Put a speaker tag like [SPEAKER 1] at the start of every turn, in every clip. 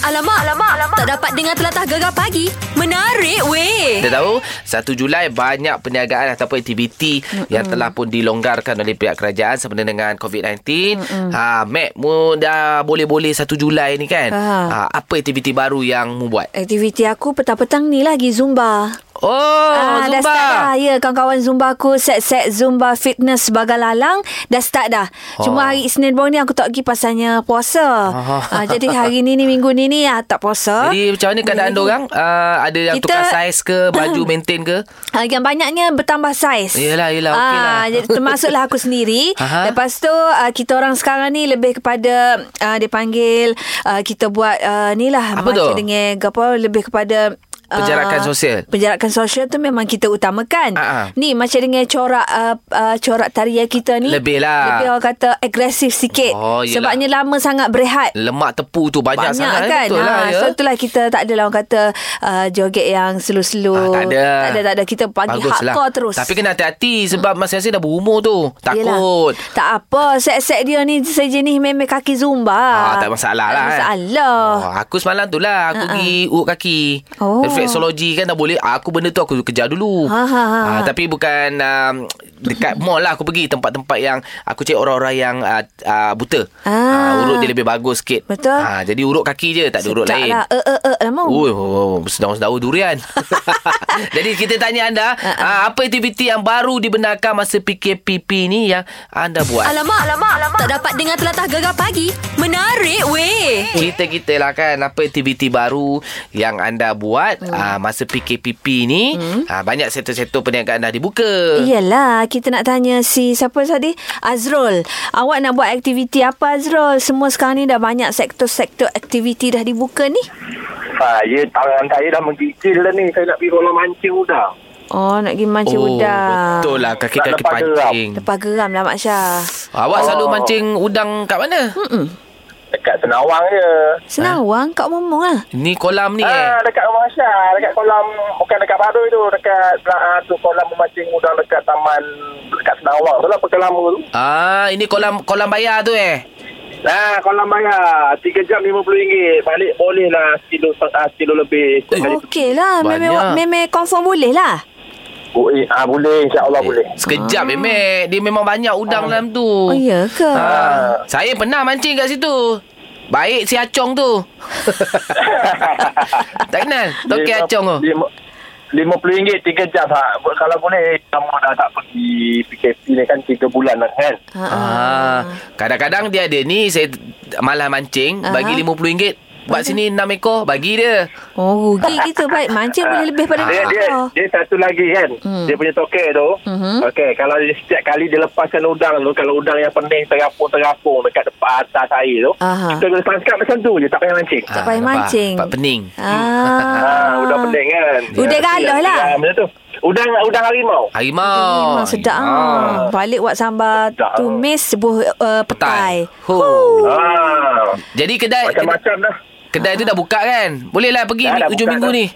[SPEAKER 1] Alamak, alamak, alamak. Tak dapat dengar telatah gegar pagi. Menarik weh.
[SPEAKER 2] Kita tahu 1 Julai banyak perniagaan ataupun aktiviti mm-hmm. yang telah pun dilonggarkan oleh pihak kerajaan sempena dengan COVID-19. Mm-hmm. Ha Mac mu dah boleh-boleh 1 Julai ni kan.
[SPEAKER 3] Ha.
[SPEAKER 2] Ha apa aktiviti baru yang mu buat?
[SPEAKER 3] Aktiviti aku petang-petang ni lagi Zumba.
[SPEAKER 2] Oh,
[SPEAKER 3] Ah,
[SPEAKER 2] Zumba.
[SPEAKER 3] Dah start dah. Ya, kawan-kawan Zumba aku set-set Zumba fitness sebagai lalang. Dah start dah. Oh.
[SPEAKER 2] Oh.
[SPEAKER 3] Cuma hari Senin baru ni aku tak pergi pasalnya puasa. Oh.
[SPEAKER 2] Ah.
[SPEAKER 3] Ah, jadi hari ni ni minggu ni ni ah, tak puasa.
[SPEAKER 2] Jadi macam mana keadaan dorang? Uh, ada yang
[SPEAKER 3] Kita-
[SPEAKER 2] tukar saiz ke, baju maintain ke?
[SPEAKER 3] Ah, yang banyaknya bertambah saiz.
[SPEAKER 2] Yelah, yelah,
[SPEAKER 3] Ah,
[SPEAKER 2] okey lah.
[SPEAKER 3] jadi termasuklah aku sendiri.
[SPEAKER 2] Aha.
[SPEAKER 3] Lepas tu ah, kita orang sekarang ni lebih kepada ah, dia panggil ah, kita buat ah, ni lah
[SPEAKER 2] Apa tu?
[SPEAKER 3] macam dengan apa lebih kepada ah,
[SPEAKER 2] Penjarakan sosial.
[SPEAKER 3] Penjarakan sosial tu memang kita utamakan.
[SPEAKER 2] Ah, ah.
[SPEAKER 3] Ni macam dengan corak uh, uh, corak tarian kita ni.
[SPEAKER 2] Lebih lah.
[SPEAKER 3] Lebih orang kata agresif sikit.
[SPEAKER 2] Oh, yelah.
[SPEAKER 3] Sebabnya lama sangat berehat.
[SPEAKER 2] Lemak tepu tu banyak,
[SPEAKER 3] Banyak
[SPEAKER 2] sangat. eh?
[SPEAKER 3] kan
[SPEAKER 2] Betul lah, ya.
[SPEAKER 3] So itulah kita Tak adalah orang kata uh, Joget yang slow-slow
[SPEAKER 2] Ah, tak ada.
[SPEAKER 3] Tak ada, tak ada. Kita panggil
[SPEAKER 2] Baguslah.
[SPEAKER 3] hardcore terus Mm.
[SPEAKER 2] Tapi kena hati-hati sebab Mas Yasin dah berumur tu. Takut.
[SPEAKER 3] Yelah. Tak apa Set-set dia ni Sejenis memang kaki zumba
[SPEAKER 2] Ah, tak masalah lah.
[SPEAKER 3] Tak
[SPEAKER 2] kan.
[SPEAKER 3] masalah
[SPEAKER 2] Oh, aku semalam tu lah aku uh-uh. pergi urut kaki.
[SPEAKER 3] Oh.
[SPEAKER 2] Reflexology kan dah boleh. Aku benda tu aku kejar dulu.
[SPEAKER 3] Ha, ha, ha.
[SPEAKER 2] Ah, tapi bukan um, dekat mall lah aku pergi tempat-tempat yang aku cek orang-orang yang uh, uh, buta.
[SPEAKER 3] Ah.
[SPEAKER 2] Ah, urut dia lebih bagus sikit.
[SPEAKER 3] Betul.
[SPEAKER 2] Ah, jadi urut kaki je, tak ada urut
[SPEAKER 3] Sedap
[SPEAKER 2] lain.
[SPEAKER 3] lah Eh eh eh lama
[SPEAKER 2] Oh, oh, sedang-sedang durian. Jadi kita tanya anda,
[SPEAKER 3] Ha,
[SPEAKER 2] uh apa aktiviti yang baru dibenarkan masa PKPP ni yang anda buat?
[SPEAKER 1] Alamak, alamak, alamak. Tak dapat dengar telatah gegar pagi. Menarik weh.
[SPEAKER 2] Cerita-kita lah kan apa aktiviti baru yang anda buat hmm. uh, masa PKPP ni. Hmm. Uh, banyak sektor-sektor perniagaan dah dibuka.
[SPEAKER 3] Iyalah, kita nak tanya si siapa tadi? Azrul. Awak nak buat aktiviti apa Azrul? Semua sekarang ni dah banyak sektor-sektor aktiviti dah dibuka ni.
[SPEAKER 4] Saya tangan saya dah menggigil dah ni. Saya nak pergi kolam mancing udang.
[SPEAKER 3] Oh, nak pergi mancing
[SPEAKER 2] oh,
[SPEAKER 3] udang.
[SPEAKER 2] betul Eh? lah kaki-kaki
[SPEAKER 4] Tak lepas
[SPEAKER 2] pancing.
[SPEAKER 3] Lepas geram lah Mak Syah.
[SPEAKER 2] Awak
[SPEAKER 4] Oh.
[SPEAKER 2] selalu mancing udang kat mana?
[SPEAKER 4] Dekat Senawang je.
[SPEAKER 2] Eh?
[SPEAKER 3] Senawang, kat Momong lah.
[SPEAKER 2] Ni kolam ni eh.
[SPEAKER 4] Ah, dekat rumah Syah. Dekat kolam, bukan dekat Baru tu. Dekat ah, tu kolam memancing udang dekat taman, dekat Senawang tu lah pekelama tu.
[SPEAKER 2] Ah, ini kolam kolam bayar tu eh.
[SPEAKER 4] Nah, kolam bayar. 3 jam RM50. Balik boleh lah kilo, ah, kilo lebih.
[SPEAKER 2] Eh.
[SPEAKER 3] Okey lah,
[SPEAKER 2] Banyak.
[SPEAKER 3] memang, memang confirm boleh lah.
[SPEAKER 4] Boleh, ah,
[SPEAKER 2] Eh.
[SPEAKER 4] boleh. InsyaAllah boleh.
[SPEAKER 2] Sekejap ah. Mek Dia memang banyak udang dalam tu
[SPEAKER 3] Oh, ya ke?
[SPEAKER 2] ah. Saya pernah mancing kat situ Baik si Acong tu Tak kenal Toki
[SPEAKER 4] Lima-
[SPEAKER 2] Acong tu
[SPEAKER 4] lima- RM50 tiga jam ha. Kalau boleh Kamu dah tak pergi PKP ni kan tiga bulan lah kan
[SPEAKER 3] Ha, ha.
[SPEAKER 2] ah. Kadang-kadang dia ada ni Saya malah mancing
[SPEAKER 3] Ah.
[SPEAKER 2] Bagi RM50 Buat sini 6 ekor Bagi dia
[SPEAKER 3] Oh, rugi kita baik. Mancing boleh lebih
[SPEAKER 2] Ah.
[SPEAKER 3] pada
[SPEAKER 4] dia, dia, dia satu lagi kan
[SPEAKER 3] Hmm.
[SPEAKER 4] Dia punya tokek tu
[SPEAKER 3] Mhm.
[SPEAKER 4] Okey Kalau dia setiap kali Dia lepaskan udang tu Kalau udang yang pening Terapung-terapung Dekat depan atas air tu
[SPEAKER 3] Aha.
[SPEAKER 4] Kita kena tangkap macam tu je Tak payah mancing
[SPEAKER 3] Tak payah
[SPEAKER 2] Ah, nampak?
[SPEAKER 3] mancing.
[SPEAKER 2] Pak pening
[SPEAKER 4] ah.
[SPEAKER 3] Ah,
[SPEAKER 4] udang pening kan
[SPEAKER 3] Udang
[SPEAKER 4] Ya,
[SPEAKER 3] galah
[SPEAKER 4] ya,
[SPEAKER 3] lah.
[SPEAKER 4] ya, Macam tu Udang udang harimau
[SPEAKER 2] Harimau
[SPEAKER 3] Memang sedap ah. Balik buat sambal
[SPEAKER 4] Sedap.
[SPEAKER 3] tumis sebuah uh, petai.
[SPEAKER 2] Ho.
[SPEAKER 4] ah.
[SPEAKER 2] Jadi kedai kedai,
[SPEAKER 4] Macam-macam dah
[SPEAKER 2] kedai tu dah buka kan Boleh lah pergi
[SPEAKER 4] Dah, dah
[SPEAKER 2] Hujung
[SPEAKER 4] buka
[SPEAKER 2] minggu
[SPEAKER 4] dah.
[SPEAKER 2] ni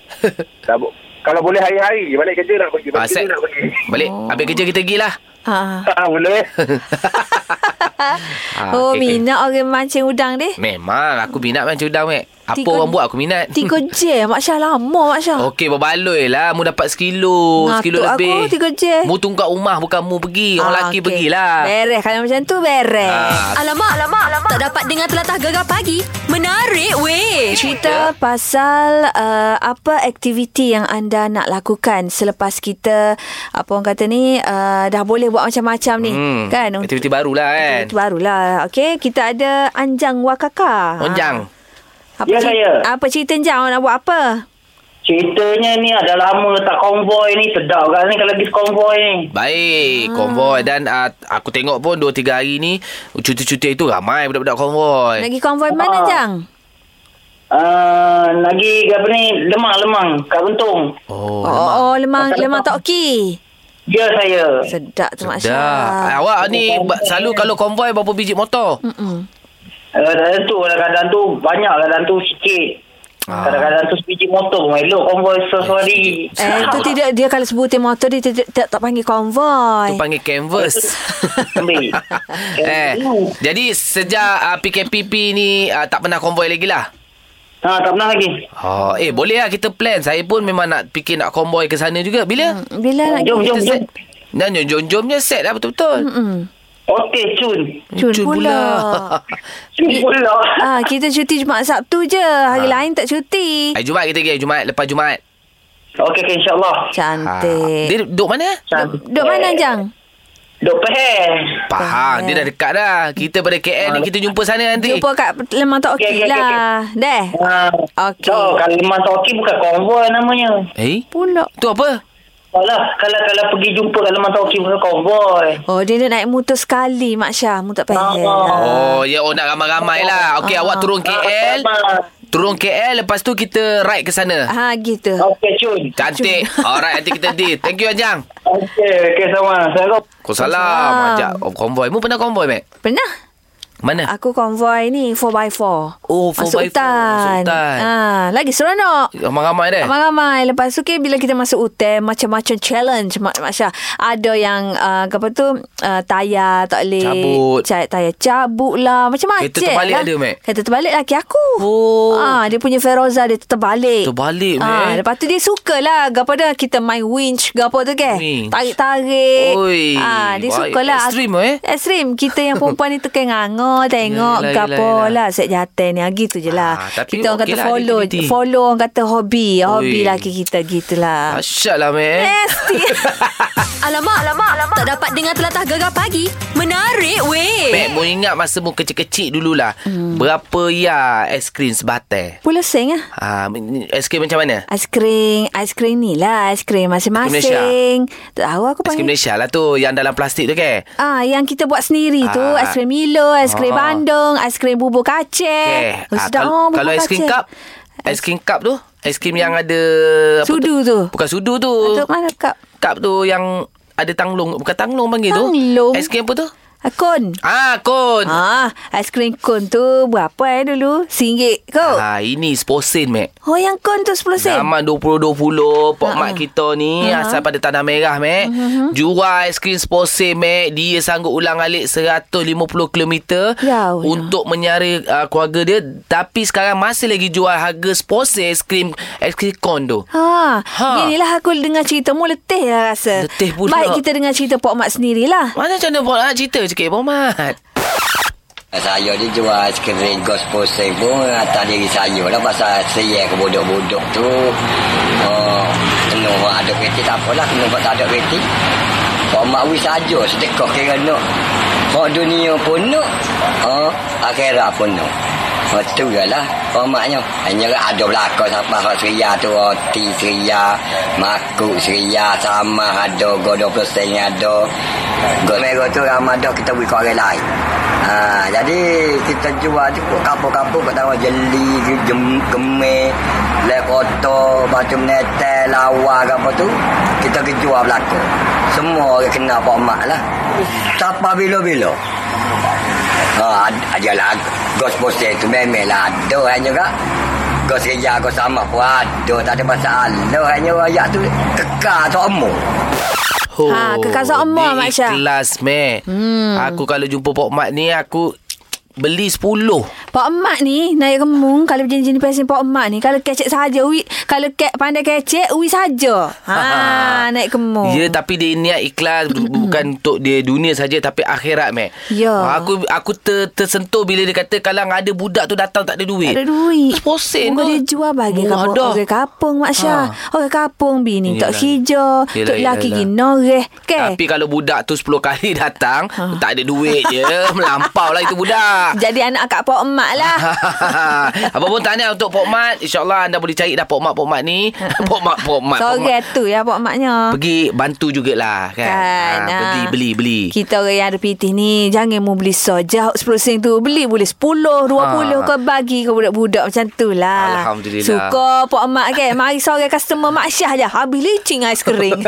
[SPEAKER 4] Dah bu- Kalau boleh hari-hari Balik kerja nak pergi Balik
[SPEAKER 2] Ah,
[SPEAKER 4] kerja
[SPEAKER 2] set.
[SPEAKER 4] nak lah, pergi
[SPEAKER 2] Balik Habis kerja kita pergi lah
[SPEAKER 3] Ah.
[SPEAKER 4] Ah, boleh.
[SPEAKER 2] Ah,
[SPEAKER 3] Oh,
[SPEAKER 2] okey, Hmm. okey.
[SPEAKER 3] minat orang mancing udang ni.
[SPEAKER 2] Memang aku minat mancing udang Mek. Apa
[SPEAKER 3] Tiga-
[SPEAKER 2] orang buat aku minat.
[SPEAKER 3] Tiga je. Mak Syah lama, Mak Syah.
[SPEAKER 2] Okey berbaloi lah Mu dapat sekilo
[SPEAKER 3] Ngatuk
[SPEAKER 2] Sekilo
[SPEAKER 3] aku,
[SPEAKER 2] lebih
[SPEAKER 3] tiga je.
[SPEAKER 2] Mu tunggu kat rumah Bukan mu pergi Orang lelaki
[SPEAKER 3] Ah, okey.
[SPEAKER 2] pergilah
[SPEAKER 3] Beres. Kalau macam tu, beres.
[SPEAKER 2] Ah.
[SPEAKER 1] Alamak, alamak, alamak. Tak dapat dengar telatah gegar pagi. Menarik weh.
[SPEAKER 2] Ya.
[SPEAKER 3] Cerita pasal uh, apa aktiviti yang anda nak lakukan selepas kita apa orang kata ni uh, dah boleh buat macam-macam ni
[SPEAKER 2] Hmm,
[SPEAKER 3] kan
[SPEAKER 2] aktiviti barulah kan?
[SPEAKER 3] aktiviti barulah okey kita ada Anjang Wakaka
[SPEAKER 2] Onjang
[SPEAKER 3] Apa,
[SPEAKER 5] Ya,
[SPEAKER 3] cerita,
[SPEAKER 5] saya.
[SPEAKER 3] apa cerita jam nak buat apa?
[SPEAKER 5] Ceritanya ni ada lama tak konvoi ni sedap kan ni kalau pergi konvoi ni.
[SPEAKER 3] Ah.
[SPEAKER 2] Baik Konvoi Dan uh, aku tengok pun 2-3 hari ni Cuti-cuti itu ramai Budak-budak konvoi
[SPEAKER 3] Nak pergi konvoi mana
[SPEAKER 5] Ah.
[SPEAKER 3] jang?
[SPEAKER 5] Uh, lagi apa ni lemang-lemang kat Bentong.
[SPEAKER 3] Oh,
[SPEAKER 2] Oh,
[SPEAKER 3] oh, oh lemang lemang toki.
[SPEAKER 5] Ya saya.
[SPEAKER 3] Sedap tu Mak
[SPEAKER 2] Dah.
[SPEAKER 3] Syah.
[SPEAKER 2] Awak ni ba- selalu kalau konvoi berapa biji motor?
[SPEAKER 3] Mm-mm.
[SPEAKER 5] Uh, kadang tu kadang tu banyak kadang tu sikit.
[SPEAKER 2] Ah.
[SPEAKER 5] Kadang-kadang tu sebiji motor pun elok Ha, konvoi sehari.
[SPEAKER 3] Eh, tu tidak dia kalau sebutin motor dia tidak tak, tak panggil konvoi.
[SPEAKER 2] Tu panggil canvas.
[SPEAKER 5] Ambil.
[SPEAKER 2] ah, eh, jadi sejak uh, PKPP ni uh, tak pernah konvoi lagi lah.
[SPEAKER 5] Ha, tak pernah lagi.
[SPEAKER 2] Oh, eh boleh lah kita plan. Saya pun memang nak fikir nak konvoy ke sana juga. Bila? Hmm.
[SPEAKER 3] Bila nak
[SPEAKER 5] Jom,
[SPEAKER 2] Kita
[SPEAKER 5] jom, jom.
[SPEAKER 2] set. Dan jom-jomnya set lah betul-betul.
[SPEAKER 3] Mm-mm.
[SPEAKER 5] Okey, cun.
[SPEAKER 3] Cun Hmm. pula.
[SPEAKER 5] Cun pula.
[SPEAKER 3] Ah, kita cuti Jumaat Sabtu je.
[SPEAKER 2] Ah.
[SPEAKER 3] Hari lain tak cuti.
[SPEAKER 2] Hari Jumaat kita pergi hari Jumaat. Lepas Jumaat.
[SPEAKER 5] Okey, okay, insyaAllah. Eh,
[SPEAKER 2] Ha.
[SPEAKER 3] Cantik.
[SPEAKER 2] Dia duduk mana?
[SPEAKER 3] Duk duk mana, Jang?
[SPEAKER 5] Duk Pahang.
[SPEAKER 2] Pahang. Dia dah dekat dah. Kita pada KL ni kita jumpa sana nanti.
[SPEAKER 3] Jumpa kat Lemah Tok
[SPEAKER 5] Okey,
[SPEAKER 3] Okey
[SPEAKER 5] okey,
[SPEAKER 3] lah. Deh.
[SPEAKER 5] Ha.
[SPEAKER 3] Okey.
[SPEAKER 5] Tahu, kalau Limah Toki bukan konvoi namanya.
[SPEAKER 2] Eh?
[SPEAKER 3] Pula.
[SPEAKER 2] Tu apa?
[SPEAKER 5] Alah, kalau kalau pergi jumpa kat Limah Toki bukan konvoi.
[SPEAKER 3] Oh, dia nak naik motor sekali, Mak Syah. Mu tak payah.
[SPEAKER 5] Ah.
[SPEAKER 2] Oh, ya oh nak ramai-ramai lah. Okey,
[SPEAKER 3] Ah.
[SPEAKER 2] awak turun KL.
[SPEAKER 5] Ah,
[SPEAKER 2] Turun KL. Lepas tu kita ride ke sana.
[SPEAKER 3] Ha, gitu.
[SPEAKER 2] Oh.
[SPEAKER 5] Okey, cun.
[SPEAKER 2] Cantik. Alright, nanti kita deal. Thank you, Ajang.
[SPEAKER 5] Okey, okey sama. Assalamualaikum.
[SPEAKER 2] Kusalam. Ajak oh, konvoi. Mu pernah konvoi, Mac?
[SPEAKER 3] Pernah?
[SPEAKER 2] Mana?
[SPEAKER 3] Aku konvoi ni 4x4.
[SPEAKER 2] Oh, 4x4,
[SPEAKER 3] Masuk hutan.
[SPEAKER 2] masuk hutan.
[SPEAKER 3] Ha, lagi seronok.
[SPEAKER 2] Ramai-ramai dah.
[SPEAKER 3] Ramai-ramai Lepas tu okay, bila kita masuk hutan Macam-macam challenge Mak, Mak Syah Ada yang uh, Apa tu uh, Tayar tak boleh
[SPEAKER 2] Cabut.
[SPEAKER 3] ca- Tayar cabut lah Macam-macam
[SPEAKER 2] Kereta terbalik
[SPEAKER 3] lah.
[SPEAKER 2] ada, Mak?
[SPEAKER 3] Kereta terbalik laki aku
[SPEAKER 2] Oh.
[SPEAKER 3] Ah, Dia punya Feroza Dia terbalik
[SPEAKER 2] Terbalik,
[SPEAKER 3] Ah,
[SPEAKER 2] Mak.
[SPEAKER 3] Lepas tu dia suka lah Gapada kita main winch Gapada tu ke
[SPEAKER 2] Winch.
[SPEAKER 3] Tarik-tarik
[SPEAKER 2] Oi,
[SPEAKER 3] ah, Dia
[SPEAKER 2] baik.
[SPEAKER 3] suka lah
[SPEAKER 2] Ekstrim, eh?
[SPEAKER 3] Ekstrim Kita yang perempuan ni Tekan nganga Tengok
[SPEAKER 2] Yelah, yelah,
[SPEAKER 3] Gapo
[SPEAKER 2] yelah.
[SPEAKER 3] lah Set jatuh ni ah, Gitu je lah
[SPEAKER 2] Ah, tapi
[SPEAKER 3] Kita orang
[SPEAKER 2] okey
[SPEAKER 3] kata
[SPEAKER 2] lah,
[SPEAKER 3] follow
[SPEAKER 2] aktiviti.
[SPEAKER 3] Follow orang kata hobi Hobi
[SPEAKER 2] Ui.
[SPEAKER 3] laki kita Gitulah
[SPEAKER 2] Asyik lah, Mac.
[SPEAKER 3] Nasty alamak, alamak, alamak Tak dapat dengar telatah gegar pagi Menarik
[SPEAKER 2] Mac,
[SPEAKER 3] weh
[SPEAKER 2] mu ingat masa mu kecil-kecil dululah. Hmm. Berapa ya es krim sebatai?
[SPEAKER 3] Pula seng lah
[SPEAKER 2] Ah, es krim macam mana?
[SPEAKER 3] Aiskrim Aiskrim ni lah Aiskrim masing-masing Tak tahu aku
[SPEAKER 2] Es krim
[SPEAKER 3] panggil
[SPEAKER 2] Malaysia lah tu yang dalam plastik tu kan? ke?
[SPEAKER 3] Ah, yang kita buat sendiri tu
[SPEAKER 2] Ah.
[SPEAKER 3] Aiskrim Milo Aiskrim
[SPEAKER 2] Oh.
[SPEAKER 3] Bandung Aiskrim bubur kacang
[SPEAKER 2] Okay.
[SPEAKER 3] oh,
[SPEAKER 2] Ah,
[SPEAKER 3] Sedap
[SPEAKER 2] kalau,
[SPEAKER 3] oh, bubur
[SPEAKER 2] kalau es krim
[SPEAKER 3] kacang.
[SPEAKER 2] cup, es krim cup tu, es krim yang ada apa
[SPEAKER 3] Sudu tu
[SPEAKER 2] Tu? Bukan sudu tu.
[SPEAKER 3] Untuk mana cup
[SPEAKER 2] Cup tu yang ada tanglung, bukan tanglung panggil tu.
[SPEAKER 3] Tanglung?
[SPEAKER 2] Es krim apa tu?
[SPEAKER 3] Akun
[SPEAKER 2] Ah, kon. Ah,
[SPEAKER 3] Ah, aiskrim kun tu berapa eh dulu? RM1 kot.
[SPEAKER 2] ah ini sposin, Mac.
[SPEAKER 3] Oh, yang kun tu 10 sen.
[SPEAKER 2] Zaman 2020 Pak mak kita ni
[SPEAKER 3] Ha-ha. Mm-hmm.
[SPEAKER 2] Asal pada Tanah Merah Mac Jual aiskrim Sportse Mac Dia sanggup ulang alik 150km
[SPEAKER 3] Ya Allah.
[SPEAKER 2] Untuk menyara uh, keluarga dia Tapi sekarang masih lagi jual harga Sportse aiskrim Aiskrim kon tu
[SPEAKER 3] Ha,
[SPEAKER 2] Ha.
[SPEAKER 3] ha. Inilah aku dengar cerita mu letih lah rasa.
[SPEAKER 2] Letih pula.
[SPEAKER 3] Baik kita dengar cerita Pok Mak sendirilah.
[SPEAKER 2] Mana macam mana Pak nak cerita sikit Pak Mat
[SPEAKER 6] Saya ni jual skrin gospel sen pun atas diri saya lah pasal saya ke bodoh-bodoh tu uh, kena orang ada kereta tak apalah kena orang tak ada kereta Kau makwi saja sedekah kira nak Kau dunia pun nak uh, akhirat pun nak Ha tu je lah Hormatnya Hanya ada belakang Sampai hak seria tu Roti seria Makuk seria Sama ada Godoh persen ada Godoh merah tu Ramai dah kita beri ke orang lain ha, Jadi kita jual tu pun Kapur-kapur Kau tahu jeli jem, Gemih Lekotor Batu menetel Lawa ke apa tu Kita kejual belakang Semua orang kena Pak Mak lah Sampai bila-bila Ha, ada lah Gos poster tu memanglah ada hanya kak. Gos kerja gos sama pun ada tak ada masalah. Hanya rakyat tu kekal sama.
[SPEAKER 2] Oh,
[SPEAKER 3] Ha, ke Kazak Omar,
[SPEAKER 2] dia
[SPEAKER 3] Mak Syah.
[SPEAKER 2] Ikhlas Mac hmm. Aku kalau jumpa Pak Mat ni Aku Beli 10
[SPEAKER 3] Pak Mak ni naik kemung kalau jenis-jenis pesen Pak Mak ni kalau kecek saja ui kalau ke, pandai kecek ui saja. Ha naik kemung.
[SPEAKER 2] Ya tapi dia niat ikhlas bu- bukan untuk dia dunia saja tapi akhirat meh.
[SPEAKER 3] Ya.
[SPEAKER 2] Aku aku ter, tersentuh bila dia kata kalau ada budak tu datang tak ada duit.
[SPEAKER 3] Tak ada duit
[SPEAKER 2] Posen
[SPEAKER 3] Muka dia jual bagi kampung
[SPEAKER 2] Murah dah.
[SPEAKER 3] Orang kampung Mak Syah ha. Orang kampung bini
[SPEAKER 2] Yelah.
[SPEAKER 3] Tak hijau
[SPEAKER 2] Yelah,
[SPEAKER 3] Tak laki
[SPEAKER 2] yelah.
[SPEAKER 3] gini noreh Ke
[SPEAKER 2] Tapi kalau budak tu 10 kali datang
[SPEAKER 3] Ha.
[SPEAKER 2] Tak ada duit je Melampau lah itu budak
[SPEAKER 3] Jadi anak kat Pak Mak lah
[SPEAKER 2] Apa pun tahniah untuk Pok Mat InsyaAllah anda boleh cari dah Pok Mat Pok Mat ni
[SPEAKER 3] Ha.
[SPEAKER 2] Pok Mat Pok Mat Pok Mat
[SPEAKER 3] Sorry tu ya Pak Maknya
[SPEAKER 2] Pergi bantu jugalah kan,
[SPEAKER 3] Kan,
[SPEAKER 2] ha,
[SPEAKER 3] ah.
[SPEAKER 2] Beli beli beli
[SPEAKER 3] Kita orang yang ada PT ni Jangan mu beli saja 10 sen tu Beli boleh 10 20
[SPEAKER 2] Ha.
[SPEAKER 3] Kau bagi ke budak-budak Macam tu lah
[SPEAKER 2] Alhamdulillah.
[SPEAKER 3] Suka Pak Mak kan Mari seorang customer Mak Syah je Habis licin ais kering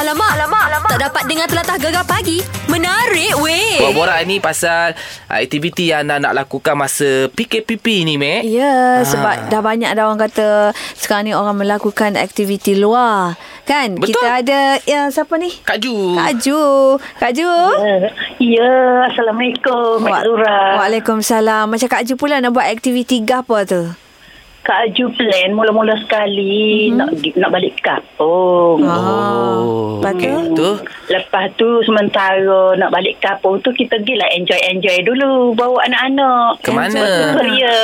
[SPEAKER 1] Alamak, alamak, alamak. Tak dapat dengar telatah gegar pagi. Menarik weh.
[SPEAKER 2] Borak-borak ni pasal uh, aktiviti yang anak-anak lakukan masa PKPP ni, Mek?
[SPEAKER 3] Ya,
[SPEAKER 2] Ah.
[SPEAKER 3] sebab dah banyak dah orang kata sekarang ni orang melakukan aktiviti luar. Kan?
[SPEAKER 2] Betul.
[SPEAKER 3] Kita ada ya siapa ni?
[SPEAKER 2] Kak Ju.
[SPEAKER 3] Kak Ju. Kak Ju.
[SPEAKER 5] Ya, Assalamualaikum, Mak
[SPEAKER 3] Wa-
[SPEAKER 5] Zura.
[SPEAKER 3] Waalaikumsalam. Macam Kak Ju pula nak buat aktiviti gapa tu?
[SPEAKER 5] Kak Aju plan mula-mula
[SPEAKER 2] Mhm.
[SPEAKER 5] sekali nak nak balik kampung.
[SPEAKER 2] Ah. Oh,
[SPEAKER 3] Lepas
[SPEAKER 2] okey.
[SPEAKER 3] tu?
[SPEAKER 2] Tu.
[SPEAKER 5] Lepas tu sementara nak balik kampung tu kita pergilah enjoy-enjoy dulu bawa anak-anak.
[SPEAKER 2] Ke mana?
[SPEAKER 5] Ya.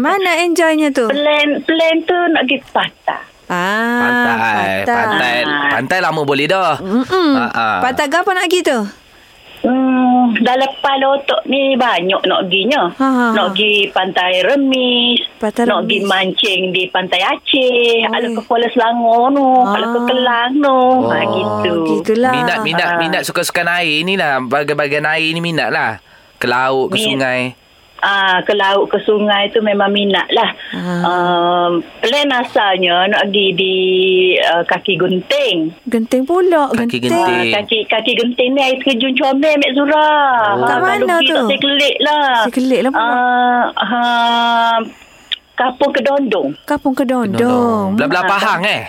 [SPEAKER 3] Mana enjoynya tu?
[SPEAKER 5] plan plan tu nak pergi patah.
[SPEAKER 3] Ah,
[SPEAKER 2] Pantai. Pantai. Pantai lama boleh dah.
[SPEAKER 3] Mm-mm.
[SPEAKER 2] Ah, ah.
[SPEAKER 3] Pantai gapa nak pergi tu?
[SPEAKER 5] Hmm, dalam kepala otak ni banyak nak perginya.
[SPEAKER 3] Ha, ha, ha.
[SPEAKER 5] Nak pergi pantai remis.
[SPEAKER 3] Pantai Remis.
[SPEAKER 5] nak pergi mancing di pantai
[SPEAKER 3] Oi.
[SPEAKER 5] Aceh. Ada ke Kuala Selangor nu.
[SPEAKER 3] Ah.
[SPEAKER 5] Ada ke Kelang nu. Ha,
[SPEAKER 2] Oh,
[SPEAKER 5] gitu.
[SPEAKER 3] Gitulah.
[SPEAKER 2] Minat, minat,
[SPEAKER 5] Ah.
[SPEAKER 2] minat suka-suka air ni lah. Bagian-bagian air ni minat lah. Ke laut, ke
[SPEAKER 5] Minat.
[SPEAKER 2] sungai.
[SPEAKER 5] Ah, ke laut ke sungai tu memang minat lah.
[SPEAKER 3] Ah.
[SPEAKER 5] Um, plan asalnya nak pergi di uh, kaki gunting.
[SPEAKER 3] Genting pula.
[SPEAKER 2] Kaki
[SPEAKER 5] Ah,
[SPEAKER 2] Genting.
[SPEAKER 5] kaki kaki genting ni air terjun comel Mek Zura.
[SPEAKER 2] Oh. Kat
[SPEAKER 5] kalau
[SPEAKER 3] mana tu?
[SPEAKER 5] pergi Tak sekelik lah.
[SPEAKER 3] Sekelik lah pula.
[SPEAKER 5] Ah, ha, kapur kedondong.
[SPEAKER 3] Kampung Kedondong.
[SPEAKER 2] Belah-belah
[SPEAKER 5] Ah,
[SPEAKER 2] Pahang eh?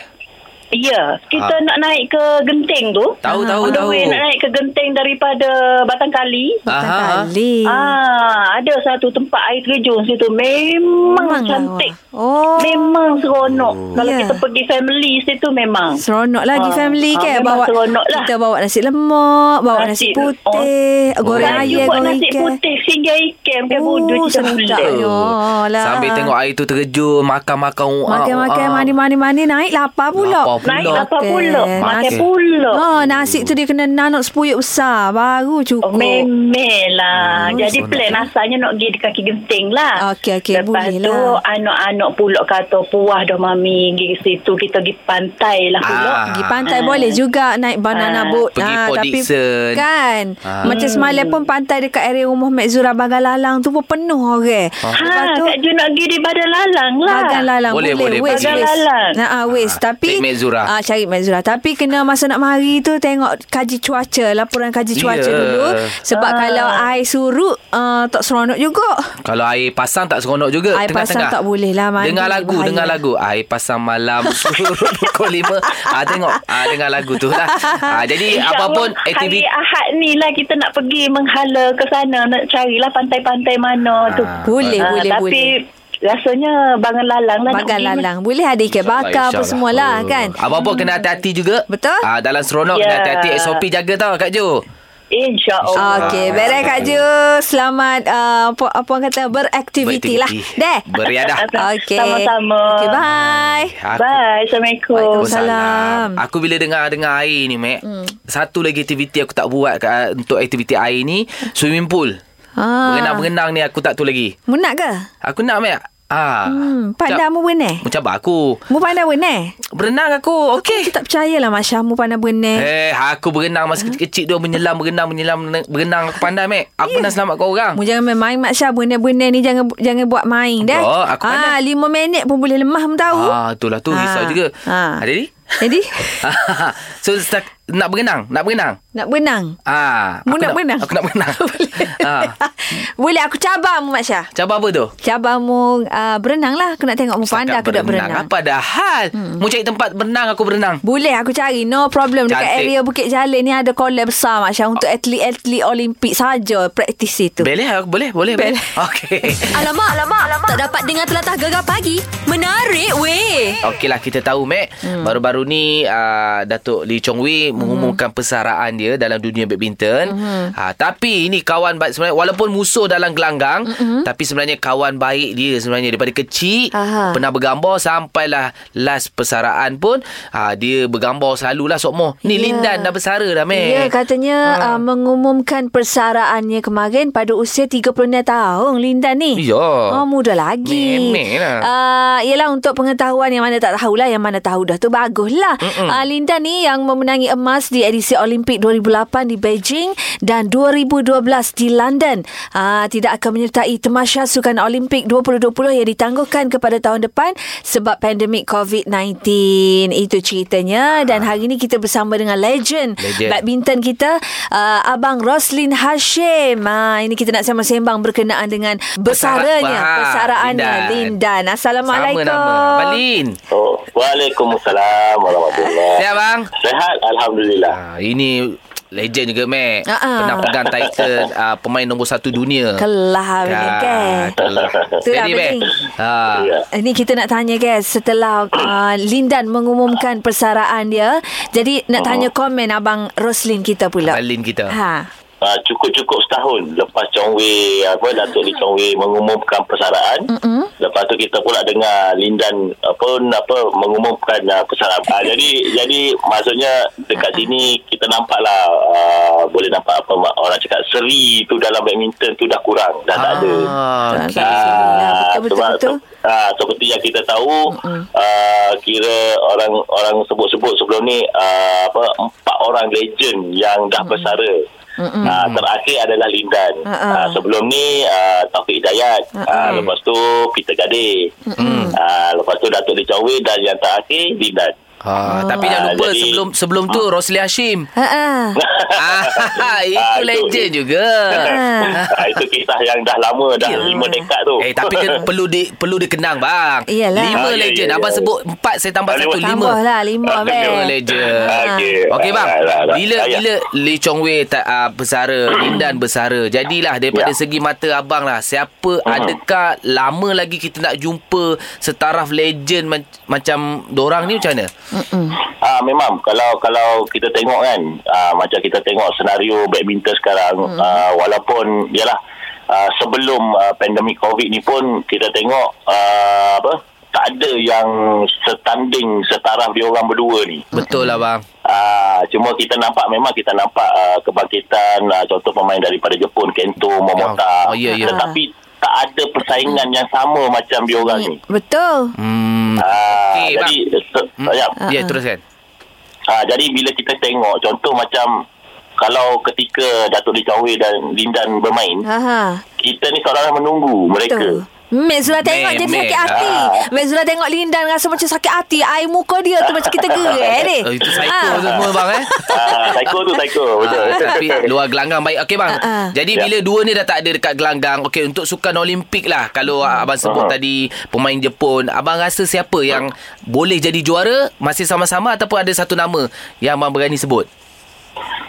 [SPEAKER 5] Ya, kita
[SPEAKER 2] Ah.
[SPEAKER 5] nak naik ke genting tu.
[SPEAKER 2] Tahu, tahu,
[SPEAKER 5] On the
[SPEAKER 2] tahu.
[SPEAKER 5] way nak naik ke genting daripada Batang Kali.
[SPEAKER 3] Betul
[SPEAKER 2] Aha.
[SPEAKER 3] kali.
[SPEAKER 5] Ah, ada satu tempat air terjun situ memang
[SPEAKER 3] Memang
[SPEAKER 5] cantik.
[SPEAKER 3] lawa. Oh.
[SPEAKER 5] Memang seronok. Oh. Kalau
[SPEAKER 3] Ya.
[SPEAKER 5] kita pergi family situ memang.
[SPEAKER 3] Seronok lah di
[SPEAKER 5] Ah,
[SPEAKER 3] family
[SPEAKER 5] ah,
[SPEAKER 3] kan
[SPEAKER 5] memang
[SPEAKER 3] bawa
[SPEAKER 5] seronok lah.
[SPEAKER 3] kita bawa nasi lemak, bawa nasi,
[SPEAKER 5] Nasi-
[SPEAKER 3] putih, goreng
[SPEAKER 2] Kak Ju
[SPEAKER 3] ayam,
[SPEAKER 5] buat
[SPEAKER 3] goreng
[SPEAKER 5] nasi
[SPEAKER 3] ikan. Oh,
[SPEAKER 5] putih singgah ikan pakai budu kita
[SPEAKER 3] sedapnya
[SPEAKER 5] boleh.
[SPEAKER 3] lah.
[SPEAKER 2] Sambil tengok air tu terjun, makan-makan. uh,
[SPEAKER 3] Makan-makan
[SPEAKER 2] uh.
[SPEAKER 3] mani-mani-mani naik lapar pula.
[SPEAKER 2] Lapar pula.
[SPEAKER 5] Naik
[SPEAKER 2] Pulak.
[SPEAKER 5] apa pula?
[SPEAKER 3] Makan.
[SPEAKER 5] Makan
[SPEAKER 2] Nasi-
[SPEAKER 5] pula.
[SPEAKER 3] Oh, nasi tu dia kena nanuk sepuyuk besar baru
[SPEAKER 5] Oh,
[SPEAKER 3] cukup.
[SPEAKER 5] memel lah.
[SPEAKER 2] Hmm,
[SPEAKER 5] Jadi
[SPEAKER 2] seronok.
[SPEAKER 5] plan asalnya nak pergi di kaki genting
[SPEAKER 3] Ah,
[SPEAKER 5] lah.
[SPEAKER 3] Okey, okey,
[SPEAKER 5] Lepas
[SPEAKER 3] boleh
[SPEAKER 5] tu
[SPEAKER 3] lah.
[SPEAKER 5] anak-anak pula kata puas dah mami pergi ke situ. Kita pergi pantai lah pula.
[SPEAKER 2] Ah.
[SPEAKER 3] Pergi pantai
[SPEAKER 5] Ah.
[SPEAKER 3] boleh juga naik banana
[SPEAKER 5] Ah.
[SPEAKER 3] boat.
[SPEAKER 2] Pergi
[SPEAKER 3] Ah,
[SPEAKER 2] Port
[SPEAKER 3] tapi
[SPEAKER 2] Dickson.
[SPEAKER 3] kan
[SPEAKER 2] Ah.
[SPEAKER 3] macam semalam pun pantai dekat area rumah Mek Zura Bagan Lalang tu pun penuh orang.
[SPEAKER 2] Ah.
[SPEAKER 3] Lepas
[SPEAKER 5] Ha,
[SPEAKER 3] tu
[SPEAKER 5] Kak Ju nak pergi di badan lalang lah.
[SPEAKER 3] Bagan Lalang
[SPEAKER 2] Boleh,
[SPEAKER 3] boleh,
[SPEAKER 2] boleh,
[SPEAKER 3] Waste,
[SPEAKER 5] boleh.
[SPEAKER 3] waste.
[SPEAKER 5] Bagan Lalang.
[SPEAKER 3] Nah, ah, waste.
[SPEAKER 2] Ah,
[SPEAKER 3] Tapi
[SPEAKER 2] cari Mek Zura.
[SPEAKER 3] Ah, cari Mek Zura. Tapi kena masa nak mari tu tengok kaji cuaca, laporan kaji cuaca
[SPEAKER 2] Ya.
[SPEAKER 3] dulu sebab
[SPEAKER 5] Ah.
[SPEAKER 3] kalau air surut ah, tak seronok juga.
[SPEAKER 2] Kalau air pasang tak seronok juga
[SPEAKER 3] Air pasang
[SPEAKER 2] tengah-tengah.
[SPEAKER 3] tak boleh lah, mandi
[SPEAKER 2] Dengar lagu
[SPEAKER 3] bahaya.
[SPEAKER 2] Dengar lagu Air pasang malam Suruh pukul 5 ah, Tengok ah, Dengar lagu tu lah ah, Jadi
[SPEAKER 5] Insya
[SPEAKER 2] apa pun
[SPEAKER 5] Allah,
[SPEAKER 2] Aktiviti
[SPEAKER 5] Hari Ahad ni lah kita nak pergi menghala ke sana. Nak carilah pantai-pantai mana tu.
[SPEAKER 3] Boleh,
[SPEAKER 5] Ah,
[SPEAKER 3] boleh,
[SPEAKER 5] tapi rasanya Bangan Lalang lah. nak
[SPEAKER 3] Bagan
[SPEAKER 5] pergi.
[SPEAKER 3] lalang. Boleh ada ikan
[SPEAKER 2] InsyaAllah,
[SPEAKER 3] bakar apa
[SPEAKER 2] insyaAllah.
[SPEAKER 3] semualah
[SPEAKER 2] Oh.
[SPEAKER 3] kan.
[SPEAKER 2] Apa-apa kena hati-hati juga
[SPEAKER 3] Betul?
[SPEAKER 2] ah, Dalam seronok
[SPEAKER 5] Ya.
[SPEAKER 2] kena hati-hati SOP jaga tau Kak Jo
[SPEAKER 5] Insya Allah.
[SPEAKER 3] Okey,
[SPEAKER 2] Ah,
[SPEAKER 3] beres Kak Ju. Selamat uh, apa, apa orang kata beraktiviti lah.
[SPEAKER 2] Beraktiviti.
[SPEAKER 3] Deh.
[SPEAKER 2] Beriadah.
[SPEAKER 3] Okey.
[SPEAKER 5] Sama-sama.
[SPEAKER 3] Okey, bye.
[SPEAKER 2] Aku-
[SPEAKER 5] Bye. Assalamualaikum.
[SPEAKER 3] Waalaikumsalam. Salam.
[SPEAKER 2] Aku bila dengar-dengar air ni, Mac. Hmm. Satu lagi aktiviti aku tak buat uh, untuk aktiviti air ni, swimming pool.
[SPEAKER 3] Ah.
[SPEAKER 2] Berenang-berenang ni aku tak tu lagi.
[SPEAKER 3] Mu nak ke?
[SPEAKER 2] Aku nak, Mac. Ah.
[SPEAKER 3] Hmm, pandai mu berenang.
[SPEAKER 2] Macam aku.
[SPEAKER 3] Mu pandai
[SPEAKER 2] Eh.
[SPEAKER 3] berenang?
[SPEAKER 2] Berenang aku,
[SPEAKER 3] Aku
[SPEAKER 2] okey.
[SPEAKER 3] tak percayalah Masya mu pandai berenang.
[SPEAKER 2] Eh, aku berenang masa kecil-kecil tu menyelam, berenang, menyelam, berenang aku pandai, Mac.
[SPEAKER 3] Ya.
[SPEAKER 2] Aku yeah. pernah selamat kau orang.
[SPEAKER 3] Mu jangan main-main Masya berenang-berenang ni jangan jangan buat main dah.
[SPEAKER 2] Tak, aku
[SPEAKER 3] ah,
[SPEAKER 2] pandai.
[SPEAKER 3] lima minit pun boleh lemah mu tahu.
[SPEAKER 2] Ah, itulah tu
[SPEAKER 3] Ah.
[SPEAKER 2] risau juga.
[SPEAKER 3] Ah.
[SPEAKER 2] Ha. Jadi?
[SPEAKER 3] Jadi
[SPEAKER 2] so start, nak berenang, nak berenang.
[SPEAKER 3] nak berenang.
[SPEAKER 2] Ah,
[SPEAKER 3] Mu
[SPEAKER 2] aku
[SPEAKER 3] nak berenang?
[SPEAKER 2] Aku nak berenang.
[SPEAKER 3] Boleh.
[SPEAKER 2] ah.
[SPEAKER 3] Boleh aku cabar mu Masya.
[SPEAKER 2] Cabar apa tu?
[SPEAKER 3] Cabar mu uh, berenang lah. Aku nak tengok mu pandai
[SPEAKER 2] Setakat
[SPEAKER 3] aku tak berenang.
[SPEAKER 2] Apa dah hal? Hmm. Mu cari tempat berenang aku berenang.
[SPEAKER 3] Boleh aku cari. No problem. Dekat
[SPEAKER 2] Cantik.
[SPEAKER 3] area Bukit Jalil ni ada kolam besar Mak Syah. Untuk atlet-atlet Olimpik saja praktis itu.
[SPEAKER 2] Boleh aku boleh boleh.
[SPEAKER 3] Boleh.
[SPEAKER 2] Okey.
[SPEAKER 1] Alamak, alamak, alamak. Tak dapat dengar telatah gegar pagi. Menarik weh.
[SPEAKER 2] Okeylah kita tahu Mac hmm. Baru-baru ni uh, Datuk Lee Chong Wei
[SPEAKER 3] Hmm.
[SPEAKER 2] Mengumumkan persaraan dia Dalam dunia badminton hmm. uh, Tapi ini kawan baik sebenarnya Walaupun musuh dalam gelanggang hmm. Tapi sebenarnya kawan baik dia sebenarnya Daripada kecil
[SPEAKER 3] Aha.
[SPEAKER 2] Pernah bergambar Sampailah last persaraan pun uh, Dia bergambar selalulah Sokmo Ni
[SPEAKER 3] Ya.
[SPEAKER 2] Lindan dah bersara dah Mac
[SPEAKER 3] Ya, katanya ha. uh, mengumumkan persaraannya kemarin pada usia 36 tahun Linda ni.
[SPEAKER 2] Ya.
[SPEAKER 3] Oh, muda lagi.
[SPEAKER 2] Nenek lah.
[SPEAKER 3] Uh, yelah, untuk pengetahuan yang mana tak tahulah, yang mana tahu dah tu baguslah. Uh, Linda Ah, ni yang memenangi emas emas di edisi Olimpik 2008 di Beijing dan 2012 di London. Ah, tidak akan menyertai Temasya Sukan Olimpik 2020 yang ditangguhkan kepada tahun depan sebab pandemik COVID-19. Itu ceritanya dan hari ini kita bersama dengan legend,
[SPEAKER 2] Legend.
[SPEAKER 3] badminton kita uh, Abang Roslin Hashim. Ah, ini kita nak sembang-sembang berkenaan dengan besaranya,
[SPEAKER 2] Bersara- Ah,
[SPEAKER 3] persaraannya Lindan. Assalamualaikum.
[SPEAKER 2] nama. Balin.
[SPEAKER 4] Oh, Waalaikumsalam warahmatullahi
[SPEAKER 2] Siap bang?
[SPEAKER 4] Sehat Alhamdulillah
[SPEAKER 2] Ah, ini legend juga, Mac.
[SPEAKER 3] Ah, ah.
[SPEAKER 2] Pernah pegang title ah, pemain nombor satu dunia.
[SPEAKER 3] Kelah
[SPEAKER 2] Ya,
[SPEAKER 3] ni kan.
[SPEAKER 2] Kelah.
[SPEAKER 3] Itulah
[SPEAKER 2] lah. Jadi, Mac.
[SPEAKER 3] penting.
[SPEAKER 2] Ah.
[SPEAKER 4] Ya.
[SPEAKER 3] Ini Eh, kita nak tanya guys setelah uh, Lindan mengumumkan persaraan dia. Jadi nak tanya
[SPEAKER 2] Oh.
[SPEAKER 3] komen abang Roslin kita pula.
[SPEAKER 2] Balin kita.
[SPEAKER 3] Ha.
[SPEAKER 4] Ah, cukup-cukup setahun lepas Chong Wei apa Datuk Lee Chong Wei mengumumkan persaraan. Mm-hmm. Lepas tu kita pula dengar Lindan apa apa mengumumkan uh, persaraan. Ah, jadi jadi maksudnya dekat sini kita nampaklah uh, boleh nampak apa mak- orang cakap seri tu dalam badminton tu dah kurang, dah tak ada.
[SPEAKER 2] Ah, okey.
[SPEAKER 3] Tak ada seri lah. Betul, betul,
[SPEAKER 4] sebab-
[SPEAKER 3] betul.
[SPEAKER 4] ah, seperti yang kita tahu uh, kira orang orang sebut-sebut sebelum ni uh, apa empat orang legend yang dah bersara. Ah, terakhir adalah Lindan.
[SPEAKER 3] Mm-mm.
[SPEAKER 4] Ah, sebelum ni ah, Taufik Hidayat. Ah, lepas tu Peter Gade. Ah, lepas tu Datuk Lee Chong Wei dan yang terakhir Lindan.
[SPEAKER 3] Oh.
[SPEAKER 2] Ah, tapi jangan
[SPEAKER 4] Ah,
[SPEAKER 2] lupa
[SPEAKER 4] jadi-
[SPEAKER 2] sebelum sebelum tu Rosli Hashim.
[SPEAKER 3] Ha. ah.
[SPEAKER 2] ah, itu
[SPEAKER 4] Ah, itu-
[SPEAKER 2] legend juga.
[SPEAKER 3] Ha.
[SPEAKER 4] ah, itu kisah yang dah lama
[SPEAKER 3] Ya.
[SPEAKER 4] dah lima dekad tu.
[SPEAKER 2] Eh tapi ke, perlu di perlu dikenang bang.
[SPEAKER 3] Iyalah.
[SPEAKER 2] Lima
[SPEAKER 4] Ah, ya,
[SPEAKER 2] legend.
[SPEAKER 4] ya, ya.
[SPEAKER 2] Abang sebut empat saya tambah
[SPEAKER 4] Ah,
[SPEAKER 2] satu
[SPEAKER 4] lima.
[SPEAKER 2] lima.
[SPEAKER 3] Tambah lah lima
[SPEAKER 4] Ah,
[SPEAKER 3] bang.
[SPEAKER 2] Lima legend.
[SPEAKER 4] Okey.
[SPEAKER 2] Okey bang.
[SPEAKER 4] Ah, lah, lah.
[SPEAKER 2] Bila
[SPEAKER 4] Ah, ya.
[SPEAKER 2] bila Lee Chong Wei tak uh, bersara, Lindan bersara. Jadilah daripada
[SPEAKER 4] Ya. Mhm.
[SPEAKER 2] segi mata abang lah. Siapa adakah lama lagi kita nak jumpa setaraf legend man, macam dorang ni macam mana?
[SPEAKER 4] Ah memang kalau kalau kita tengok kan ah, macam kita tengok senario badminton sekarang hmm. ah, walaupun yalah ah, sebelum ah, pandemik covid ni pun kita tengok ah, apa tak ada yang setanding setaraf dia orang berdua ni.
[SPEAKER 2] Betul lah bang.
[SPEAKER 4] Ah cuma kita nampak memang kita nampak ah, kebangkitan ah, contoh pemain daripada Jepun Kento Momota
[SPEAKER 2] Oh, ya, ya.
[SPEAKER 4] tetapi tak ada persaingan yang sama macam dia orang ni.
[SPEAKER 3] Betul.
[SPEAKER 2] Hmm.
[SPEAKER 4] Ah
[SPEAKER 2] Okey,
[SPEAKER 4] jadi se- ya
[SPEAKER 2] Ya teruskan.
[SPEAKER 4] Ha, jadi bila kita tengok contoh macam kalau ketika Datuk Lee Chong Wei dan Lindan bermain,
[SPEAKER 3] Ha ha.
[SPEAKER 4] kita ni seolah-olah menunggu mereka.
[SPEAKER 3] Betul. Mek Zula tengok
[SPEAKER 2] Mek,
[SPEAKER 3] jadi
[SPEAKER 2] Mek.
[SPEAKER 3] sakit hati.
[SPEAKER 4] Ah.
[SPEAKER 3] Mek Zula tengok Lindan rasa macam sakit hati. Air muka dia tu macam kita gerai ni.
[SPEAKER 2] Oh, itu psycho
[SPEAKER 3] Ah.
[SPEAKER 2] semua bang eh.
[SPEAKER 4] Ah, psycho tu psycho betul.
[SPEAKER 2] Ah, tapi luar gelanggang baik Okey bang
[SPEAKER 3] Ah, ah.
[SPEAKER 2] Jadi
[SPEAKER 4] Ya.
[SPEAKER 2] bila dua ni dah tak ada dekat gelanggang Okey untuk sukan olimpik lah Kalau
[SPEAKER 3] Hmm.
[SPEAKER 2] abang sebut
[SPEAKER 4] Aha. Ah.
[SPEAKER 2] tadi Pemain Jepun Abang rasa siapa yang Boleh jadi juara Masih sama-sama Ataupun ada satu nama Yang abang berani sebut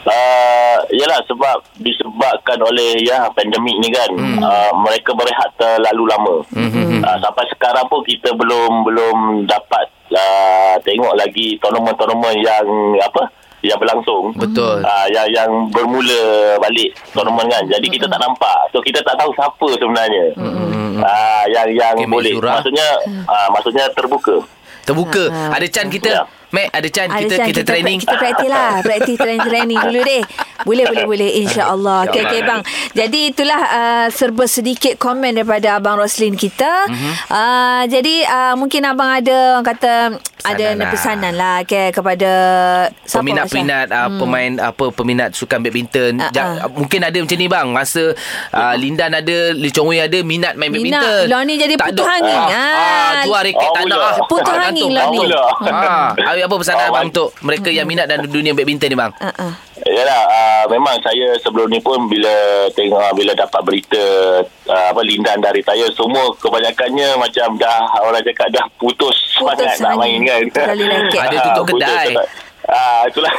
[SPEAKER 4] Uh, yalah sebab disebabkan oleh ya pandemik ni kan hmm. uh, mereka berehat terlalu lama. Hmm. Uh, sampai sekarang pun kita belum belum dapat uh, tengok lagi tournament-tournament yang apa yang berlangsung.
[SPEAKER 2] Betul.
[SPEAKER 4] Uh, yang yang bermula balik tournament kan. Jadi kita tak nampak. So kita tak tahu siapa sebenarnya. Hmm. Uh, yang yang
[SPEAKER 2] Okay, Mek
[SPEAKER 4] boleh.
[SPEAKER 2] Zura.
[SPEAKER 4] Maksudnya uh, maksudnya terbuka.
[SPEAKER 2] Terbuka Ada can
[SPEAKER 4] Ya.
[SPEAKER 2] kita Mac ada can
[SPEAKER 3] Ah, Ada
[SPEAKER 2] Kan kita,
[SPEAKER 3] chance
[SPEAKER 2] kita training
[SPEAKER 3] Kita praktis lah Praktis training-training dulu deh Boleh boleh boleh InsyaAllah Okay okay
[SPEAKER 2] InsyaAllah.
[SPEAKER 3] bang Jadi itulah uh, Serba sedikit komen Daripada Abang Roslin kita
[SPEAKER 2] Mhm.
[SPEAKER 3] uh, Jadi uh, Mungkin abang ada Orang kata Ada
[SPEAKER 2] lah.
[SPEAKER 3] pesanan lah okay, Kepada siapa,
[SPEAKER 2] peminat-peminat uh, pemain apa peminat sukan badminton
[SPEAKER 3] Hmm. Ah,
[SPEAKER 2] ja,
[SPEAKER 3] ah.
[SPEAKER 2] mungkin ada macam ni bang rasa uh,
[SPEAKER 4] Ya.
[SPEAKER 2] Lindan ada Lee Chong Wei ada minat main
[SPEAKER 3] Minat.
[SPEAKER 2] badminton
[SPEAKER 3] Lah ni jadi
[SPEAKER 2] Tak
[SPEAKER 3] putus
[SPEAKER 2] ada-
[SPEAKER 3] angin.
[SPEAKER 2] ah, ah,
[SPEAKER 3] Ah.
[SPEAKER 2] jual raket
[SPEAKER 4] Oh,
[SPEAKER 2] tak nak
[SPEAKER 4] pula.
[SPEAKER 2] ah.
[SPEAKER 3] Putus
[SPEAKER 2] Ah,
[SPEAKER 3] angin
[SPEAKER 2] gantung.
[SPEAKER 3] lah ni.
[SPEAKER 4] Oh, pula.
[SPEAKER 2] ah, apa pesanan
[SPEAKER 4] Ah,
[SPEAKER 2] abang
[SPEAKER 4] baik.
[SPEAKER 2] untuk mereka yang minat dalam dunia badminton ni bang
[SPEAKER 3] Masya- uh-uh.
[SPEAKER 4] Yalah, uh, memang saya sebelum ni pun bila tengok ah, bila dapat berita uh, apa Lindan dari saya semua kebanyakannya macam dah orang cakap dah putus, semangat nak
[SPEAKER 3] semangat.
[SPEAKER 4] main kan.
[SPEAKER 3] Terlalu lengket.
[SPEAKER 2] Ada tutup
[SPEAKER 4] Ah, putus
[SPEAKER 2] kedai.
[SPEAKER 4] semangat. Ah itulah.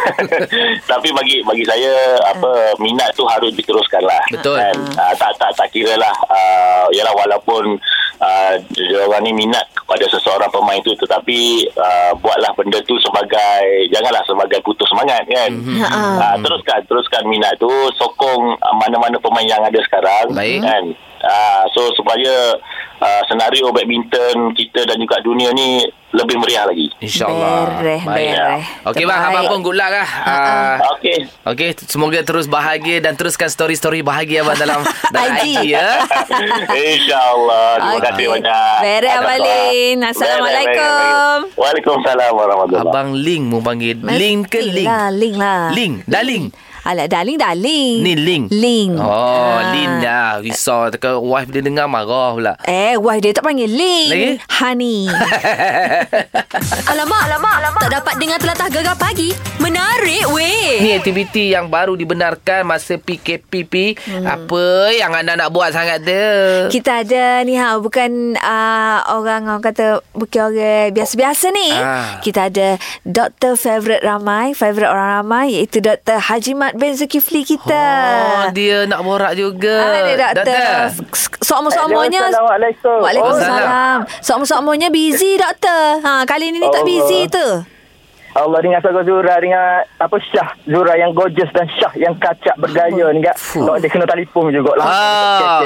[SPEAKER 4] Tapi bagi bagi saya apa minat tu harus diteruskan lah.
[SPEAKER 2] Betul.
[SPEAKER 4] Kan? Ah, tak tak tak kira lah. Ah, yalah walaupun ah, dia orang ni minat kepada seseorang pemain tu tetapi ah, buatlah benda tu sebagai janganlah sebagai putus semangat kan. Ah, teruskan teruskan minat tu sokong ah, mana-mana pemain yang ada sekarang
[SPEAKER 2] Baik.
[SPEAKER 4] kan.
[SPEAKER 7] Ah, so supaya ah, senario badminton kita dan juga dunia ni lebih meriah lagi.
[SPEAKER 2] InsyaAllah
[SPEAKER 3] Bereh, bereh.
[SPEAKER 2] Okey bang
[SPEAKER 3] Terbaik.
[SPEAKER 2] Abang pun good luck lah Ah,
[SPEAKER 7] Okey.
[SPEAKER 2] Okey Semoga terus bahagia Dan teruskan story-story bahagia Abang dalam Dalam
[SPEAKER 3] IG.
[SPEAKER 2] IG ya
[SPEAKER 7] InsyaAllah. Terima kasih
[SPEAKER 3] Okey.
[SPEAKER 7] banyak.
[SPEAKER 3] Beres,
[SPEAKER 7] Atas
[SPEAKER 3] Abang
[SPEAKER 7] doa.
[SPEAKER 3] Lin.
[SPEAKER 7] Beres,
[SPEAKER 3] Assalamualaikum.
[SPEAKER 7] beres, beres. Waalaikumsalam warahmatullahi
[SPEAKER 2] Abang Ling mu panggil Ling ke Ling?
[SPEAKER 3] Lah, Ling lah.
[SPEAKER 2] Ling Dah Ling
[SPEAKER 3] Alah, darling, darling.
[SPEAKER 2] Ni Ling
[SPEAKER 3] Ling.
[SPEAKER 2] Oh
[SPEAKER 3] Ah.
[SPEAKER 2] Lin dah Risau Tekan wife dia dengar marah pula
[SPEAKER 3] Eh, wife dia tak panggil Ling.
[SPEAKER 2] Lagi?
[SPEAKER 3] Honey.
[SPEAKER 8] Alamak, alamak, alamak. Tak dapat dengar telatah gegar pagi. Menarik weh.
[SPEAKER 2] Ni aktiviti yang baru dibenarkan masa PKPP. Apa yang anda nak buat sangat tu?
[SPEAKER 3] Kita ada ni ha bukan uh, orang orang kata bukan orang biasa-biasa ni.
[SPEAKER 2] Ah.
[SPEAKER 3] Kita ada Dr. Favorite Ramai, favorite orang ramai iaitu Dr. Haji Mat bin Zulkifli kita.
[SPEAKER 2] Oh, dia nak borak juga.
[SPEAKER 3] Ah, dia doktor. Sama-samanya.
[SPEAKER 4] Hello, Assalamualaikum.
[SPEAKER 3] Waalaikumsalam. Sama-samanya busy doktor. Ha, kali ni ni tak
[SPEAKER 4] Allah.
[SPEAKER 3] busy tu.
[SPEAKER 4] Allah ringan sahaja Zura Ringan apa Syah Zura yang gorgeous Dan Syah yang kacak bergaya ni kak
[SPEAKER 2] Fuh.
[SPEAKER 4] Kalau dia kena telefon juga lah
[SPEAKER 2] Ah,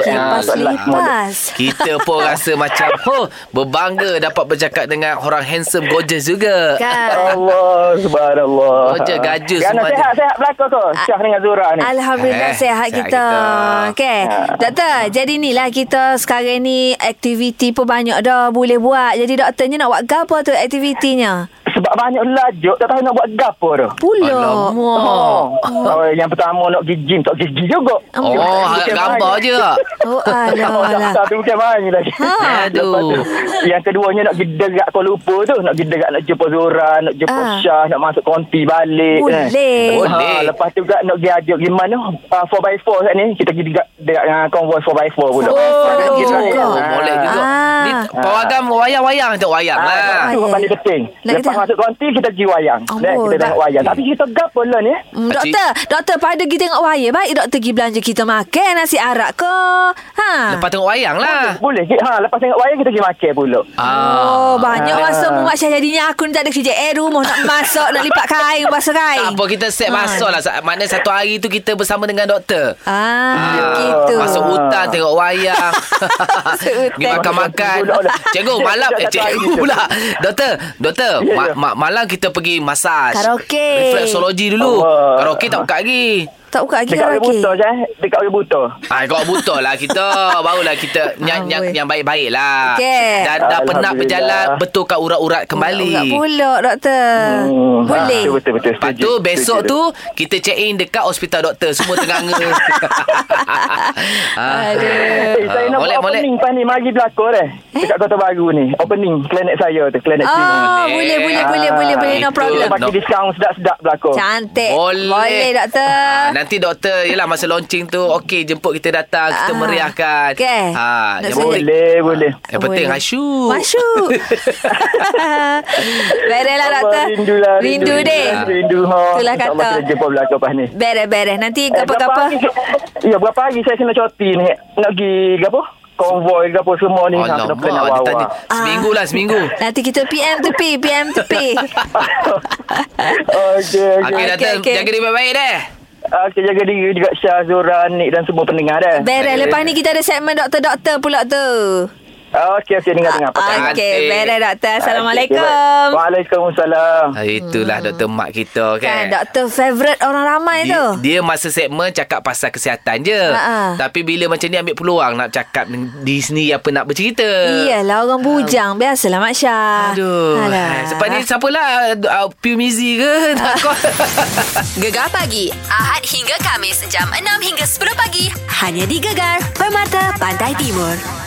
[SPEAKER 2] Ah,
[SPEAKER 4] Cek-cek.
[SPEAKER 3] Lepas
[SPEAKER 4] Soalan semua dia.
[SPEAKER 3] lepas.
[SPEAKER 2] Kita pun rasa macam oh, berbangga dapat bercakap dengan orang handsome gorgeous juga.
[SPEAKER 3] Kan.
[SPEAKER 4] Allah Subhanallah Ya,
[SPEAKER 2] Gorgeous, gajus
[SPEAKER 4] Kerana
[SPEAKER 2] semua dia.
[SPEAKER 4] sehat-sehat belakang tu Syah dengan Zura ni
[SPEAKER 3] Alhamdulillah
[SPEAKER 2] Eh,
[SPEAKER 3] sehat
[SPEAKER 2] sihat
[SPEAKER 3] kita.
[SPEAKER 2] kita. Ah.
[SPEAKER 3] Okey. Doktor, jadi ni lah kita sekarang ni aktiviti pun banyak dah boleh buat. Jadi doktornya nak buat apa tu aktivitinya?
[SPEAKER 4] Sebab banyak lajuk Tak tahu nak buat gapo tu
[SPEAKER 3] Pula.
[SPEAKER 2] Alamak.
[SPEAKER 4] Oh, yang pertama nak pergi gym tak pergi gym juga.
[SPEAKER 2] Oh, harap gambar je.
[SPEAKER 3] Oh, alah, alah.
[SPEAKER 4] Tapi bukan main lagi.
[SPEAKER 2] Ha. Aduh.
[SPEAKER 4] Lepas tu, Yang keduanya nak pergi derak Kuala Lumpur tu. Nak pergi derak nak jumpa Zora, nak jumpa
[SPEAKER 3] Ah.
[SPEAKER 4] Syah, nak masuk konti balik. eh.
[SPEAKER 3] Boleh.
[SPEAKER 2] Boleh.
[SPEAKER 4] Ha, lepas tu juga nak pergi ajak gimana uh, 4x4 saat ni. Kita pergi dekat, dekat dengan konvoi 4x4 pula.
[SPEAKER 2] Oh,
[SPEAKER 3] Boleh
[SPEAKER 2] juga.
[SPEAKER 3] juga.
[SPEAKER 2] Boleh juga.
[SPEAKER 3] Ah.
[SPEAKER 2] Ni pawagam wayang-wayang tak wayang
[SPEAKER 4] Ah,
[SPEAKER 2] lah.
[SPEAKER 4] Tengok
[SPEAKER 3] Wayang.
[SPEAKER 4] balik keting.
[SPEAKER 3] Lagi
[SPEAKER 4] Lepas
[SPEAKER 3] tak?
[SPEAKER 4] masuk konti kita pergi wayang.
[SPEAKER 3] Oh,
[SPEAKER 4] Eh, kita
[SPEAKER 3] dah.
[SPEAKER 4] tengok wayang. Tapi kita gapo lah ni.
[SPEAKER 3] Hmm,
[SPEAKER 2] Pakcik.
[SPEAKER 3] doktor, doktor pada pergi tengok wayar baik doktor pergi belanja kita makan nasi arak ke. Ha.
[SPEAKER 2] Lepas tengok wayang lah.
[SPEAKER 4] Boleh. ke? Ha, lepas tengok wayang kita pergi makan pula.
[SPEAKER 3] Oh, banyak
[SPEAKER 4] Ah.
[SPEAKER 3] masa Muhammad Syah jadinya aku ni tak ada kerja. Eh, rumah nak masak, nak lipat kain, basuh kain.
[SPEAKER 2] Tak apa kita set masuk lah Maknanya satu hari tu Kita bersama dengan doktor
[SPEAKER 3] Ah,
[SPEAKER 2] Ah,
[SPEAKER 3] gitu.
[SPEAKER 2] Masuk hutan tengok wayang Pergi
[SPEAKER 3] hutan.
[SPEAKER 2] makan-makan Cikgu malam eh, Cikgu pula Doktor Doktor
[SPEAKER 4] Ya,
[SPEAKER 2] ma-
[SPEAKER 4] ya.
[SPEAKER 2] ma- Malam kita pergi masaj
[SPEAKER 3] Karaoke.
[SPEAKER 2] Refleksologi dulu
[SPEAKER 4] Allah.
[SPEAKER 2] Karaoke tak buka lagi
[SPEAKER 3] Tak buka lagi
[SPEAKER 4] Dekat orang
[SPEAKER 3] karaoke.
[SPEAKER 4] buta je eh. Dekat orang buta.
[SPEAKER 2] Ah, kau butuh lah kita Barulah kita Yang yang,
[SPEAKER 3] Amboi.
[SPEAKER 2] yang baik-baik lah
[SPEAKER 3] Okey.
[SPEAKER 2] Dan dah penat
[SPEAKER 4] Alhamdulillah.
[SPEAKER 2] berjalan Betulkan urat-urat kembali
[SPEAKER 3] Tak pula, doktor.
[SPEAKER 4] Hmm,
[SPEAKER 3] Boleh.
[SPEAKER 4] Ha, betul, betul, betul.
[SPEAKER 2] Lepas tu besok tu Kita check in dekat hospital doktor Semua ternganga ah.
[SPEAKER 4] Eh, saya nak
[SPEAKER 2] Molek
[SPEAKER 4] buat
[SPEAKER 2] molek
[SPEAKER 4] opening pas ni. Mari berlakon eh. Dekat Kota Baru ni. Opening klinik saya tu. Klinik
[SPEAKER 3] Oh,
[SPEAKER 4] sini.
[SPEAKER 3] boleh, boleh, boleh,
[SPEAKER 4] Ah,
[SPEAKER 3] boleh, boleh. No
[SPEAKER 2] itu.
[SPEAKER 3] problem.
[SPEAKER 4] Lepas tu
[SPEAKER 2] No.
[SPEAKER 4] diskaun sedap-sedap berlakon.
[SPEAKER 3] Cantik.
[SPEAKER 2] Boleh
[SPEAKER 3] Boleh, doktor.
[SPEAKER 2] Ah, Nanti doktor Yelah masa launching tu Okey jemput kita datang Kita
[SPEAKER 3] Ah.
[SPEAKER 2] meriahkan
[SPEAKER 3] Okey.
[SPEAKER 2] ah,
[SPEAKER 3] Nak
[SPEAKER 2] Yang
[SPEAKER 3] suruh-
[SPEAKER 2] penting
[SPEAKER 4] Boleh, boleh.
[SPEAKER 3] Ah.
[SPEAKER 2] Yang penting
[SPEAKER 3] Boleh.
[SPEAKER 2] Asyuk
[SPEAKER 3] Masuk. Beres lah, doktor.
[SPEAKER 4] Allah, rindulah.
[SPEAKER 3] Rindu deh.
[SPEAKER 4] Rindu. Ha.
[SPEAKER 3] Itulah kata.
[SPEAKER 4] InsyaAllah kita jumpa berlakon pas ni.
[SPEAKER 3] Beres, beres. Nanti
[SPEAKER 4] Eh, berapa
[SPEAKER 3] gapa-gapa.
[SPEAKER 4] hari- Ya, berapa hari saya kena cuti ni? Nak pergi ke apa? Konvoi ke apa semua ni. Ha, kena
[SPEAKER 2] Alamak
[SPEAKER 4] plan
[SPEAKER 2] dia tanya
[SPEAKER 4] awal-awal.
[SPEAKER 3] Ah.
[SPEAKER 2] Seminggu lah seminggu
[SPEAKER 3] Nanti kita PM to P, PM to P.
[SPEAKER 4] Okey, okey.
[SPEAKER 2] Okey doktor
[SPEAKER 3] okey.
[SPEAKER 2] Jaga diri baik-baik Ah, deh
[SPEAKER 4] Okey, jaga diri juga Syah, Zura, Nik dan semua pendengar eh. dah.
[SPEAKER 3] Beres. Lepas ni kita ada segmen doktor-doktor pula tu.
[SPEAKER 4] Okey, okey. Dengar-dengar.
[SPEAKER 3] Ah,
[SPEAKER 2] petang.
[SPEAKER 3] Okey, beres doktor.
[SPEAKER 4] Okey,
[SPEAKER 3] Assalamualaikum.
[SPEAKER 4] baik. Waalaikumsalam.
[SPEAKER 2] Ah, Itulah doktor mak
[SPEAKER 3] Hmm.
[SPEAKER 2] kita
[SPEAKER 3] Kan,
[SPEAKER 2] kan
[SPEAKER 3] doktor favourite orang ramai tu.
[SPEAKER 2] dia, dia masa segmen cakap pasal kesihatan je.
[SPEAKER 3] Ha-ha.
[SPEAKER 2] Tapi bila macam ni ambil peluang nak cakap di sini apa nak bercerita.
[SPEAKER 3] Iyalah orang bujang Biasalah Mak Syah
[SPEAKER 2] Aduh. Alah. Sebab ni siapalah uh, Piu Mizi ke? Tak kau.
[SPEAKER 8] Gegar pagi. Ahad hingga Kamis. Jam 6 hingga 10 pagi. Hanya di Gegar. Permata Pantai Timur.